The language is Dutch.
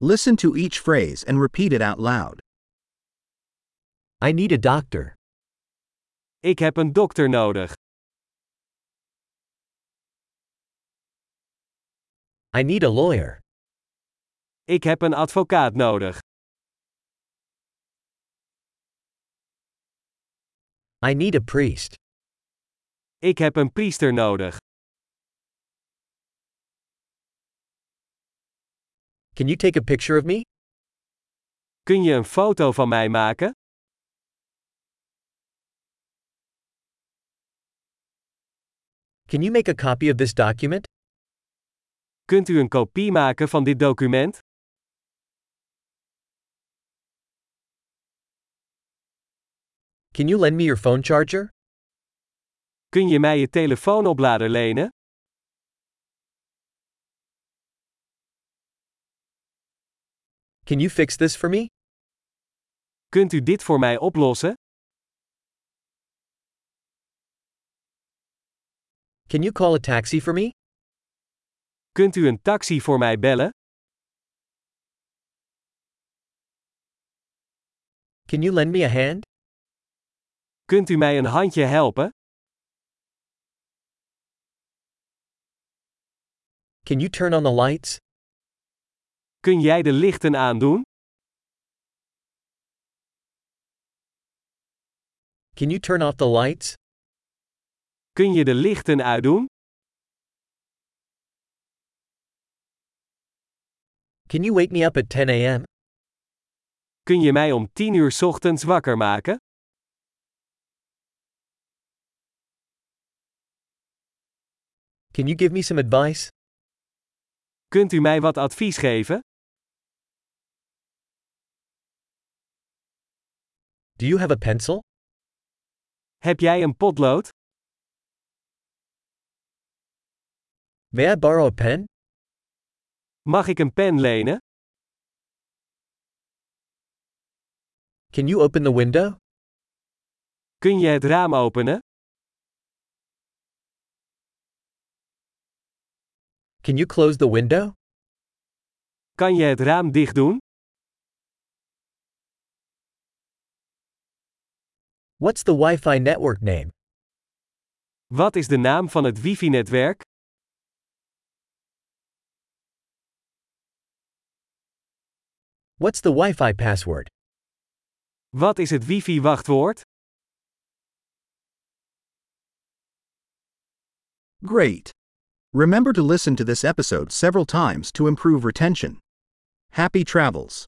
Listen to each phrase and repeat it out loud. I need a doctor. Ik heb een dokter nodig. I need a lawyer. Ik heb een advocaat nodig. I need a priest. Ik heb een priester nodig. Can you take a picture of me? Kun je een foto van mij maken? Can you make a copy of this document? Kunt u een kopie maken van dit document? Can you lend me your phone charger? Kun je mij je telefoonoplader lenen? Can you fix this for me? Kunt u dit voor mij oplossen? Can you call a taxi for me? Kunt u een taxi voor mij bellen? Can you lend me a hand? Kunt u mij een handje helpen? Can you turn on the lights? Kun jij de lichten aandoen? Can you turn off the lights? Kun je de lichten uitdoen? Can you wake me up at 10 a.m.? Kun je mij om 10 uur 's ochtends wakker maken? Can you give me some advice? Kunt u mij wat advies geven? Do you have a pencil? Heb jij een potlood? May I borrow a pen? Mag ik een pen lenen? Can you open the window? Kun je het raam openen? Can you close the window? Kan je het raam dicht doen? What's the Wi Fi network name? Wat is de naam van het wifi-netwerk? What's the Wi Fi password? Wat is het wifi-wachtwoord? Great! Remember to listen to this episode several times to improve retention. Happy travels!